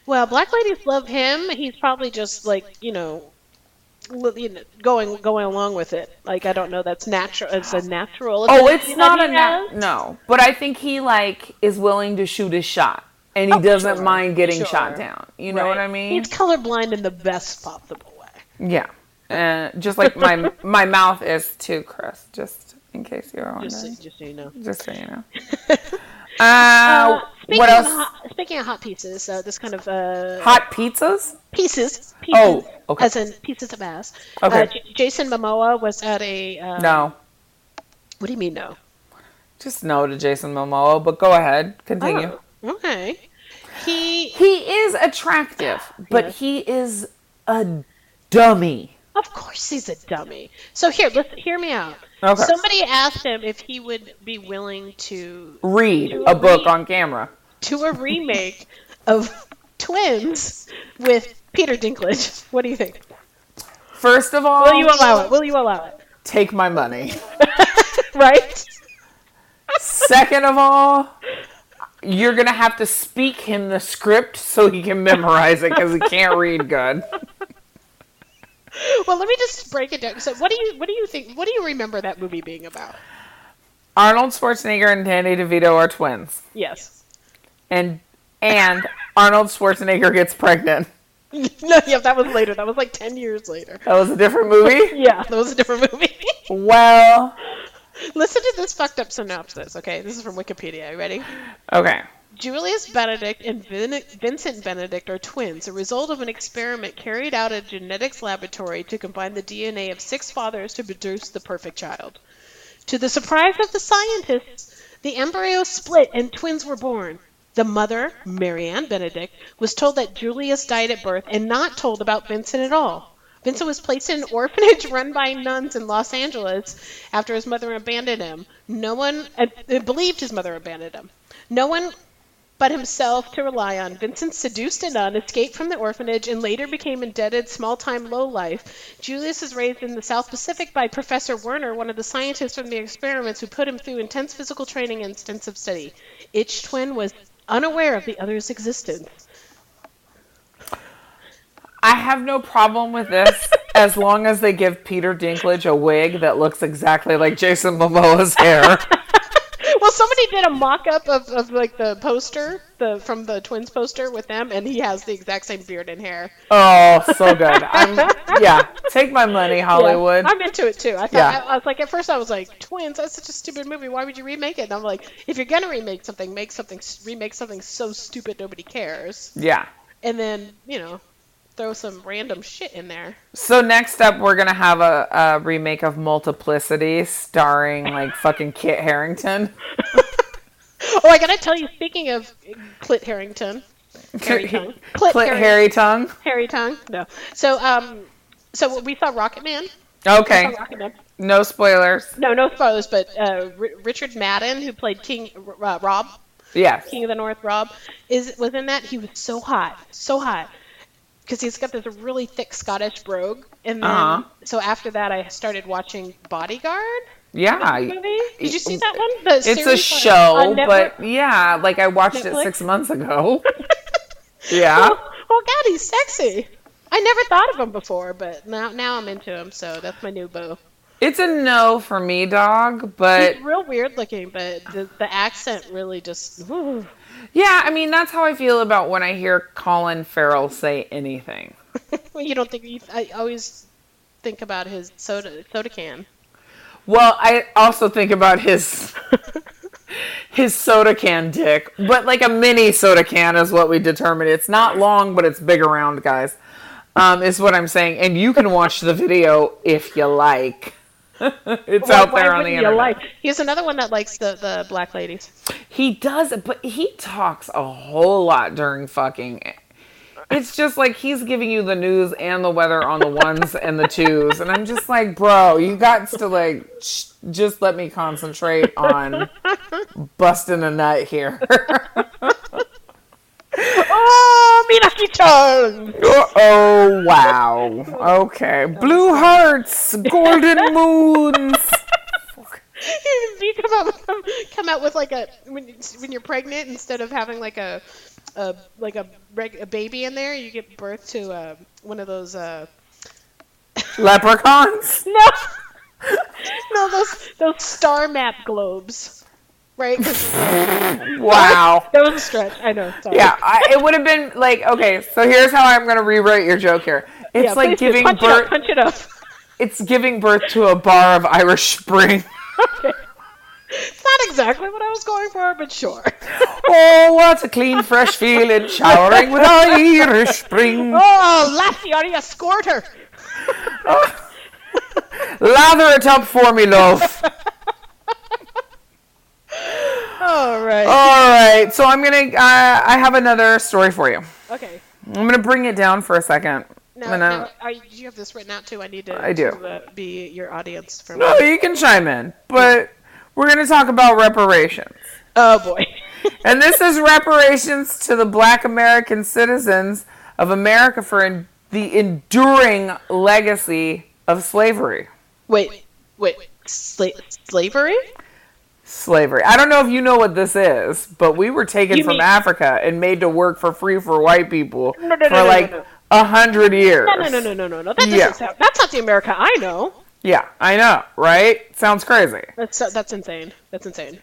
Speaker 1: Well, black ladies love him. He's probably just like you know, li- you know going going along with it. Like I don't know. That's natural. It's a natural.
Speaker 2: Oh,
Speaker 1: ability
Speaker 2: it's
Speaker 1: that
Speaker 2: not
Speaker 1: he
Speaker 2: a na-
Speaker 1: has.
Speaker 2: no, but I think he like is willing to shoot his shot, and he doesn't
Speaker 1: Oh, sure,
Speaker 2: mind getting
Speaker 1: sure.
Speaker 2: shot down. You know what I mean?
Speaker 1: He's colorblind in the best possible way.
Speaker 2: yeah, uh, just like my my mouth is too, Chris. Just in case you're wondering,
Speaker 1: Just,
Speaker 2: just,
Speaker 1: so- just so you know.
Speaker 2: so you know. Uh,
Speaker 1: Speaking
Speaker 2: what
Speaker 1: of
Speaker 2: else? Hot,
Speaker 1: Hot, speaking of hot pieces, uh, this kind of uh,
Speaker 2: pizzas?
Speaker 1: pieces, pieces,
Speaker 2: Oh, okay.
Speaker 1: as in pieces of ass.
Speaker 2: Okay.
Speaker 1: Uh, J- Jason Momoa was at a. Uh,
Speaker 2: No,
Speaker 1: What do you mean no?
Speaker 2: just no to Jason Momoa. But go ahead, continue.
Speaker 1: Oh, okay. He,
Speaker 2: He is attractive, but
Speaker 1: Yes.
Speaker 2: he is a dummy.
Speaker 1: of course, he's a dummy. So here, listen, hear me out.
Speaker 2: Okay.
Speaker 1: Somebody asked him if he would be willing to
Speaker 2: Read a book on camera.
Speaker 1: do a remake of Twins with Peter Dinklage. What do you think?
Speaker 2: First of all,
Speaker 1: Will you allow it? Will you allow it?
Speaker 2: take my money.
Speaker 1: Right?
Speaker 2: Second of all, you're gonna have to speak him the script so he can memorize it because he can't read good.
Speaker 1: Well, let me just break it down. So, what do you what do you think? What do you remember that movie being about?
Speaker 2: Arnold Schwarzenegger and Danny DeVito are twins,
Speaker 1: Yes.
Speaker 2: and and Arnold Schwarzenegger gets pregnant.
Speaker 1: No, yeah, that was later. That was like ten years later.
Speaker 2: That was a different movie.
Speaker 1: Yeah, that was a different movie.
Speaker 2: Well,
Speaker 1: Listen to this fucked up synopsis. Okay, this is from Wikipedia. Are you ready?
Speaker 2: okay.
Speaker 1: Julius Benedict and Vin- Vincent Benedict are twins, a result of an experiment carried out at a genetics laboratory to combine the DNA of six fathers to produce the perfect child. To the surprise of the scientists, the embryo split and twins were born. The mother, Marianne Benedict, was told that Julius died at birth and not told about Vincent at all. Vincent was placed in an orphanage run by nuns in Los Angeles after his mother abandoned him. No one uh, uh, believed his mother abandoned him. No one but himself to rely on. Vincent seduced a nun, escaped from the orphanage, and later became indebted small-time lowlife. Julius was raised in the South Pacific by Professor Werner, one of the scientists from the experiments who put him through intense physical training and extensive study. Each twin was unaware of the other's existence.
Speaker 2: I have no problem with this as long as they give Peter Dinklage a wig that looks exactly like Jason Momoa's hair.
Speaker 1: Well, so somebody did a mock-up of, of like the poster, the from the twins poster with them, and he has the exact same beard and hair.
Speaker 2: Oh, so good. I'm, yeah, take my money, Hollywood.
Speaker 1: I'm into it too. I thought
Speaker 2: Yeah.
Speaker 1: I, I was like at first I was like twins. That's such a stupid movie. Why would you remake it? And I'm like, if you're gonna remake something, make something s- remake something so stupid nobody cares,
Speaker 2: Yeah.
Speaker 1: and then you know throw some random shit in there.
Speaker 2: So next up, we're gonna have a, a remake of Multiplicity, starring like fucking Kit Harrington.
Speaker 1: Oh, I gotta tell you. Speaking of Clit Harrington, Harry Tongue, Clit,
Speaker 2: Clit
Speaker 1: Harry,
Speaker 2: Harry Tongue.
Speaker 1: Harry Tongue. No. So um, so we saw Rocket Man.
Speaker 2: Okay,
Speaker 1: Rocket Man.
Speaker 2: no spoilers.
Speaker 1: No, no spoilers, but uh, R- Richard Madden, who played King uh, Rob,
Speaker 2: Yes.
Speaker 1: King of the North, Rob, is was in that. He was so hot, so hot, because he's got this really thick Scottish brogue. And then,
Speaker 2: Uh-huh.
Speaker 1: so after that, I started watching Bodyguard
Speaker 2: Yeah.
Speaker 1: movie. Did you see that one? The
Speaker 2: It's
Speaker 1: series
Speaker 2: a
Speaker 1: on-
Speaker 2: show,
Speaker 1: on Netflix?
Speaker 2: but yeah, like I watched it
Speaker 1: Netflix?
Speaker 2: six months ago. yeah.
Speaker 1: oh, oh God, he's sexy. I never thought of him before, but now now I'm into him. So that's my new boo.
Speaker 2: It's a no for me, dog, but
Speaker 1: He's real weird looking, but the, the accent really just. ooh.
Speaker 2: yeah, I mean, that's how I feel about when I hear Colin Farrell say anything.
Speaker 1: Well, you don't think you, I always think about his soda soda can.
Speaker 2: Well, I also think about his his soda can dick, but like a mini soda can is what we determined. It's not long, but it's big around, guys. Um, is what I'm saying, and you can watch the video if you like. it's out
Speaker 3: Why
Speaker 2: there on
Speaker 3: wouldn't
Speaker 2: the
Speaker 3: you
Speaker 2: internet.
Speaker 3: like?
Speaker 1: He's another one that likes the, the black ladies.
Speaker 2: He does, but he talks a whole lot during fucking. It's just like he's giving you the news and the weather on the ones and the twos, and I'm just like, bro, you got to like, sh- just let me concentrate on busting a nut here.
Speaker 1: Oh, Minaki Chan!
Speaker 2: oh wow, okay, blue hearts, golden moons.
Speaker 1: you come out with, come out with like a when you- when you're pregnant instead of having like a a like a, reg, a baby in there, you give birth to uh, one of those uh
Speaker 2: Leprechauns.
Speaker 1: no no those those star map globes, right? 'Cause-
Speaker 2: Wow.
Speaker 1: that was a stretch. I know. Sorry.
Speaker 2: Yeah, I, it would have been like okay. So here's how I'm gonna rewrite your joke here. It's
Speaker 1: Yeah,
Speaker 2: like
Speaker 1: please do.
Speaker 2: giving
Speaker 1: punch it up,
Speaker 2: birth.
Speaker 1: punch it up.
Speaker 2: It's giving birth to a bar of Irish Spring.
Speaker 1: It's not exactly what I was going for, but sure.
Speaker 2: oh, what a clean, fresh feeling, showering with Irish Spring.
Speaker 1: Oh, Lassie, are you a squirter?
Speaker 2: Lather it up for me, love.
Speaker 1: All right.
Speaker 2: All right, so I'm gonna. Uh, I have another story for you.
Speaker 1: Okay.
Speaker 2: I'm gonna bring it down for a second.
Speaker 1: Now,
Speaker 2: And, uh,
Speaker 1: now are you, do you have this written out too? I need to,
Speaker 2: I do.
Speaker 1: to, uh, be your audience for
Speaker 2: No, you can chime in, but we're gonna talk about reparations.
Speaker 1: Oh boy.
Speaker 2: and this is reparations to the black American citizens of America for en- the enduring legacy of slavery.
Speaker 1: Wait, wait. Sla- slavery?
Speaker 2: Slavery. I don't know if you know what this is, but we were taken
Speaker 1: You
Speaker 2: from
Speaker 1: mean-
Speaker 2: Africa and made to work for free for white people
Speaker 1: no, no,
Speaker 2: for
Speaker 1: no, no,
Speaker 2: like
Speaker 1: no.
Speaker 2: a hundred years.
Speaker 1: No, no, no, no, no, no, no. That doesn't
Speaker 2: Yeah.
Speaker 1: sound. That's not the America I know.
Speaker 2: Yeah, I know, right? Sounds crazy.
Speaker 1: That's that's insane. That's insane.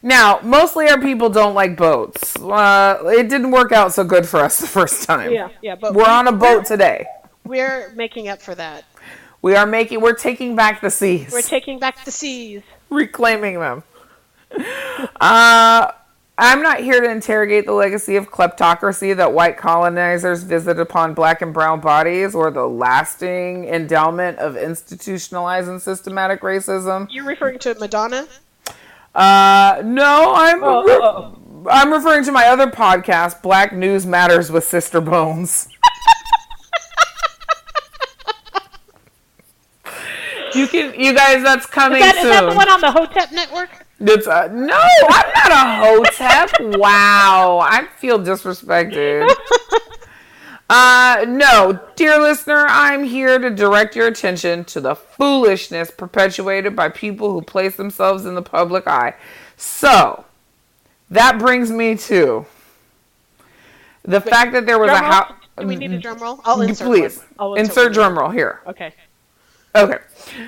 Speaker 2: Now, mostly our people don't like boats. Uh, it didn't work out so good for us the first time.
Speaker 1: Yeah, yeah. But
Speaker 2: We're on a boat today.
Speaker 1: We're making up for that.
Speaker 2: We are making. We're taking back the seas.
Speaker 1: We're taking back the seas.
Speaker 2: reclaiming them. Uh, I'm not here to interrogate the legacy of kleptocracy that white colonizers visit upon black and brown bodies or the lasting endowment of institutionalized and systematic racism.
Speaker 1: You're referring to Madonna?
Speaker 2: Uh, no, I'm
Speaker 3: Oh, oh, oh.
Speaker 2: I'm referring to my other podcast, Black News Matters with Sister Bones. You can, you guys. That's coming
Speaker 1: That, is
Speaker 2: soon.
Speaker 1: that the one on the Hotep Network?
Speaker 2: It's a, no, I'm not a hotep. wow, I feel disrespected. Uh, no, dear listener, I'm here to direct your attention to the foolishness perpetuated by people who place themselves in the public eye. So, that brings me to the fact that there was a
Speaker 1: Drum roll?
Speaker 2: house.
Speaker 1: Do we need a drum roll? I'll insert.
Speaker 2: Mm-hmm. Please
Speaker 1: one. I'll
Speaker 2: insert
Speaker 1: one.
Speaker 2: drum roll here.
Speaker 1: Okay.
Speaker 2: Okay.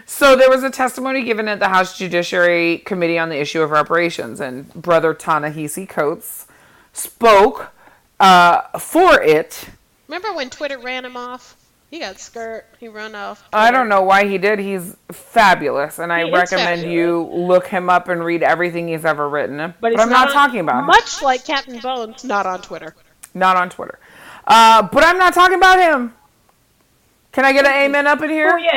Speaker 2: So there was a testimony given at the House Judiciary Committee on the issue of reparations, and Brother Ta-Nehisi Coates spoke uh, for it.
Speaker 1: Remember when Twitter ran him off? He got skirt. He run off.
Speaker 2: I don't know why he did. He's fabulous, and I
Speaker 1: He is
Speaker 2: recommend
Speaker 1: fabulous.
Speaker 2: you look him up and read everything he's ever written. But,
Speaker 3: But it's
Speaker 2: I'm not,
Speaker 3: not
Speaker 2: talking about him.
Speaker 1: Much like Captain Bones, not on Twitter.
Speaker 2: Not on Twitter. Uh, but I'm not talking about him. Can I get an amen up in here?
Speaker 3: Oh, yeah.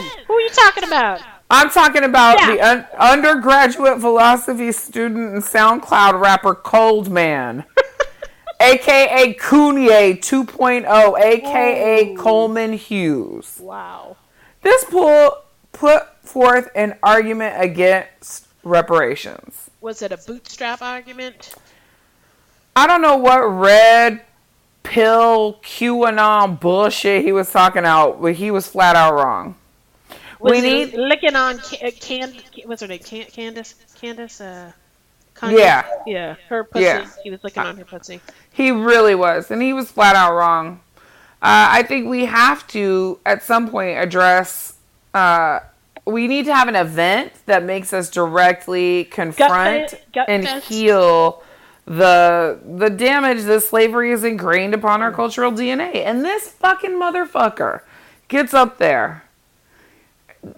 Speaker 1: Amen. Who are you talking about?
Speaker 2: I'm talking about
Speaker 3: Yeah.
Speaker 2: the un- undergraduate philosophy student and SoundCloud rapper Cold Man, aka Kunye 2.0, aka Coleman Hughes.
Speaker 1: Wow.
Speaker 2: This pool put forth an argument against reparations.
Speaker 1: Was it a bootstrap argument?
Speaker 2: I don't know what red pill QAnon bullshit he was talking out, but he was flat out wrong.
Speaker 1: Was
Speaker 2: we
Speaker 1: it
Speaker 2: need
Speaker 1: licking on Ca- uh, Can. What's her name? Can- Candace. Candace. Uh. Condace?
Speaker 2: Yeah.
Speaker 1: Yeah. Her pussy.
Speaker 2: Yeah.
Speaker 1: He was licking on her pussy.
Speaker 2: He really was, and he was flat out wrong. Uh, I think we have to, at some point, address. Uh, we need to have an event that makes us directly confront
Speaker 3: gut
Speaker 2: and
Speaker 1: fest.
Speaker 2: heal the the damage that slavery is ingrained upon our cultural DNA. And this fucking motherfucker gets up there.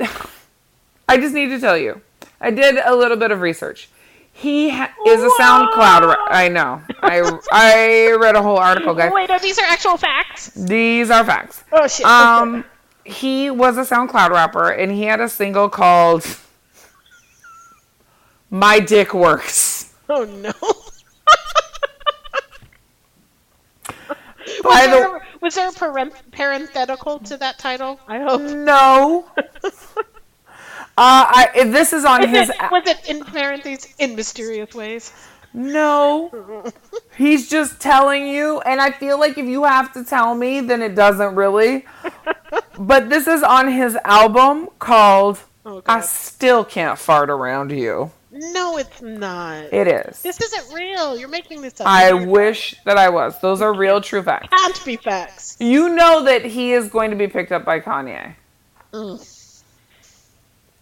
Speaker 2: I just need to tell you, I did a little bit of research. He ha- is a SoundCloud. uh, Ra- I know. I I read a whole article, guys.
Speaker 1: Oh, Wait, are these are actual facts?
Speaker 2: These are facts.
Speaker 1: Oh shit.
Speaker 2: Um, he was a SoundCloud rapper, and he had a single called "My Dick Works."
Speaker 1: oh no.
Speaker 2: By
Speaker 1: Was
Speaker 2: the-
Speaker 1: there, was there a parent- parenthetical to that title? I hope.
Speaker 2: No. Uh, I, this is on his.
Speaker 1: was, it, was it in parentheses in mysterious ways?
Speaker 2: No. He's just telling you, and I feel like if you have to tell me, then it doesn't really. but this is on his album called
Speaker 1: Oh,
Speaker 2: I
Speaker 1: God.
Speaker 2: Still Can't Fart Around You.
Speaker 1: No, it's not.
Speaker 2: It is.
Speaker 1: this isn't real. You're making this up.
Speaker 2: I
Speaker 1: These
Speaker 2: wish that I was. Those are real true facts.
Speaker 1: can't be facts.
Speaker 2: You know that he is going to be picked up by Kanye.
Speaker 1: Mm.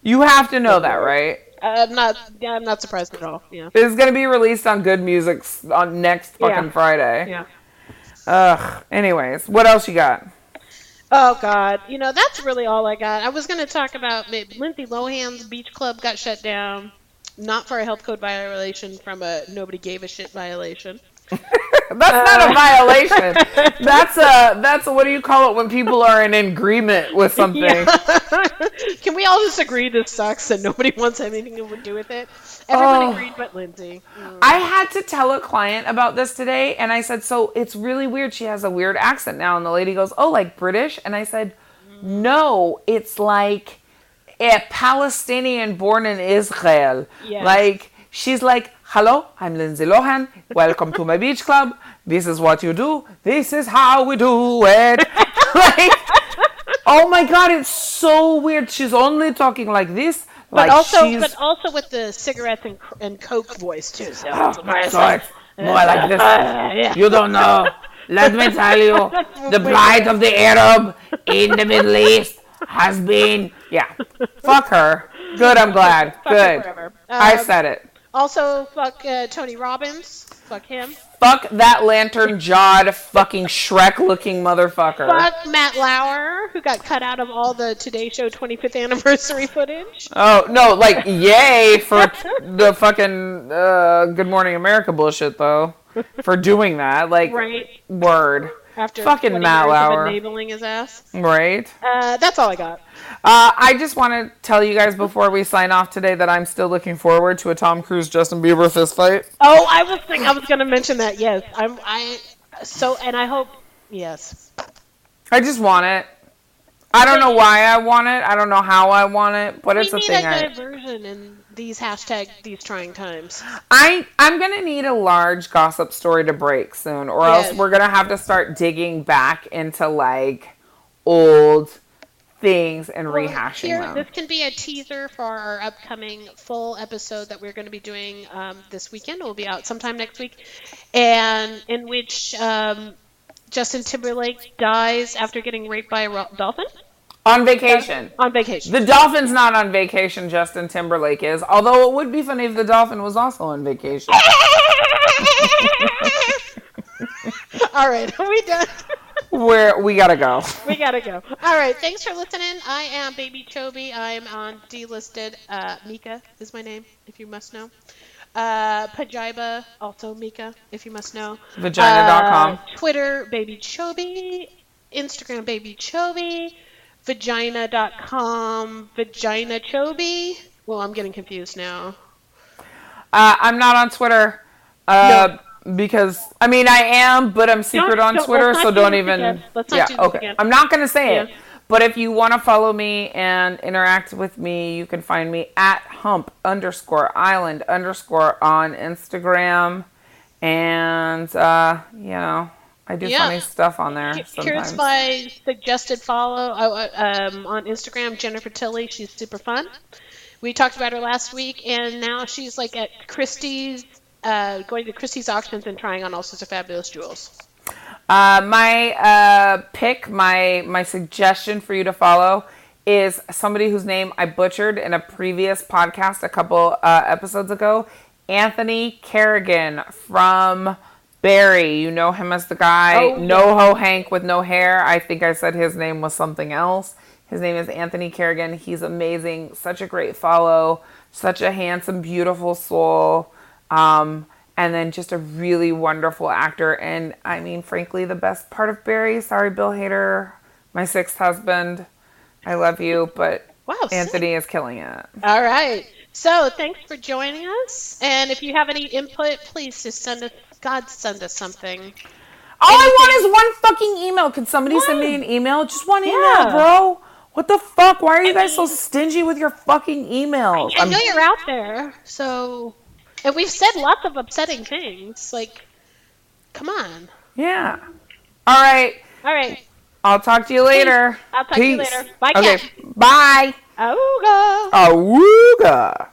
Speaker 2: You have to know that, right?
Speaker 1: I'm not. Yeah, I'm not surprised at all. Yeah.
Speaker 2: It's going to be released on Good Music s- on next fucking
Speaker 3: Yeah.
Speaker 2: Friday.
Speaker 1: Yeah.
Speaker 2: Ugh. Anyways, what else you got?
Speaker 1: Oh God. You know that's really all I got. I was gonna talk about maybe Lindsay Lohan's beach club got shut down, not for a health code violation, from a nobody gave a shit violation.
Speaker 2: That's not a violation. that's a that's a, what do you call it when people are in agreement with something?
Speaker 1: Can we all just agree this sucks and nobody wants anything to do with it? Everyone
Speaker 2: Oh.
Speaker 1: agreed but Lindsay.
Speaker 2: I had to tell a client about this today, and I said, "So it's really weird. She has a weird accent now." And the lady goes, "Oh, like British?" And I said, "No, it's like a Palestinian born in Israel.
Speaker 1: Yes.
Speaker 2: Like she's like." Hello, I'm Lindsay Lohan. Welcome to my beach club. This is what you do. This is how we do it. like, Oh my god, it's so weird. She's only talking like this.
Speaker 1: But
Speaker 2: like
Speaker 1: also,
Speaker 2: she's,
Speaker 1: but also with the cigarettes and, cr- and coke voice too. So
Speaker 2: Oh, so it's more like
Speaker 1: Ah,
Speaker 2: this. You don't know. Let me tell you, the plight of the Arab in the Middle East has been yeah. Fuck her. Good. I'm glad. Good.
Speaker 1: forever.
Speaker 2: I
Speaker 1: Um,
Speaker 2: said it.
Speaker 1: Also, fuck uh, Tony Robbins. Fuck him.
Speaker 2: Fuck that lantern jawed fucking Shrek looking motherfucker.
Speaker 1: Fuck Matt Lauer, who got cut out of all the Today Show 25th anniversary footage.
Speaker 2: Oh no! Like yay for the fucking uh, Good Morning America bullshit though, for doing that. Like
Speaker 1: Right
Speaker 2: word,
Speaker 1: after
Speaker 2: Fucking
Speaker 1: 20
Speaker 2: Matt
Speaker 1: years of
Speaker 2: Lauer.
Speaker 1: enabling his ass.
Speaker 2: right?
Speaker 1: Uh, that's all I got.
Speaker 2: Uh, I just want to tell you guys before we sign off today that I'm still looking forward to a Tom Cruise Justin Bieber fist fight.
Speaker 1: Oh, I was think I was gonna mention that. Yes, I'm. I so and I hope yes.
Speaker 2: I just want it. I don't know why I want it. I don't know how I want it, but it's
Speaker 1: we
Speaker 2: a
Speaker 1: need
Speaker 2: thing.
Speaker 1: a
Speaker 2: I,
Speaker 1: diversion in these hashtag these trying times.
Speaker 2: I I'm gonna need a large gossip story to break soon, or
Speaker 1: Yes.
Speaker 2: else we're gonna have to start digging back into like old things and rehashing
Speaker 1: Here,
Speaker 2: them.
Speaker 1: this can be a teaser for our upcoming full episode that we're going to be doing um, this weekend. It will be out sometime next week, and in which um, Justin Timberlake dies after getting raped by a ro- dolphin.
Speaker 2: on vacation.
Speaker 1: on vacation.
Speaker 2: The dolphin's not on vacation. Justin Timberlake is. Although it would be funny if the dolphin was also on vacation.
Speaker 1: All right, are we done?
Speaker 2: Where we gotta go.
Speaker 1: We gotta go. All right, thanks for listening. I am Baby Chobi. I am on delisted. Uh, Mika is my name, if you must know. Uh, Pajiba, also Mika, if you must know.
Speaker 2: Vagina.com.
Speaker 1: Uh, Twitter, Baby Chobi. Instagram, Baby Chobi. Vagina.com, Vagina Chobi. Well, I'm getting confused now.
Speaker 2: Uh, I'm not on Twitter uh, because I mean I am, but I'm secret
Speaker 3: Don't-
Speaker 2: on
Speaker 3: don't-
Speaker 2: Twitter,
Speaker 3: let's not
Speaker 2: so
Speaker 3: do
Speaker 2: don't
Speaker 3: this
Speaker 2: even.
Speaker 3: again.
Speaker 1: Let's not
Speaker 2: yeah,
Speaker 1: do this
Speaker 2: okay.
Speaker 1: again.
Speaker 2: I'm not gonna say it.
Speaker 1: Yeah.
Speaker 2: But if you want to follow me and interact with me, you can find me at hump underscore island underscore on Instagram, and uh, you know I do
Speaker 1: Yeah.
Speaker 2: funny stuff on there
Speaker 1: Here's
Speaker 2: sometimes.
Speaker 1: my suggested follow uh, uh, um, on Instagram, Jennifer Tilly. She's super fun. We talked about her last week, and now she's like at Christie's, uh, going to Christie's auctions and trying on all sorts of fabulous jewels.
Speaker 2: Uh, my uh, pick, my my suggestion for you to follow is somebody whose name I butchered in a previous podcast a couple uh, episodes ago, Anthony Kerrigan from Barry. You know him as the guy NoHo Hank with no hair. I think I said his name was something else. His name is Anthony Kerrigan. He's amazing. Such a great follow. Such a handsome, beautiful soul. Um, and then just a really wonderful actor. And I mean, frankly, the best part of Barry. Sorry, Bill Hader, my sixth husband. I love you, but
Speaker 1: Wow, sick.
Speaker 2: Anthony is killing it.
Speaker 1: All right. So thanks for joining us, and if you have any input, please just send us. God send us something.
Speaker 2: All I want is one fucking email. Can somebody send me an email? Just one email, bro. What the fuck? Why are you guys so stingy with your fucking emails?
Speaker 1: I know you're out there, so and we've said lots of upsetting things. Like, come on.
Speaker 2: yeah. All right.
Speaker 1: All right.
Speaker 2: I'll talk to you later.
Speaker 1: I'll talk to you later. Bye,
Speaker 2: Okay.
Speaker 1: Kat.
Speaker 2: Bye.
Speaker 1: Auga.
Speaker 2: Awooga.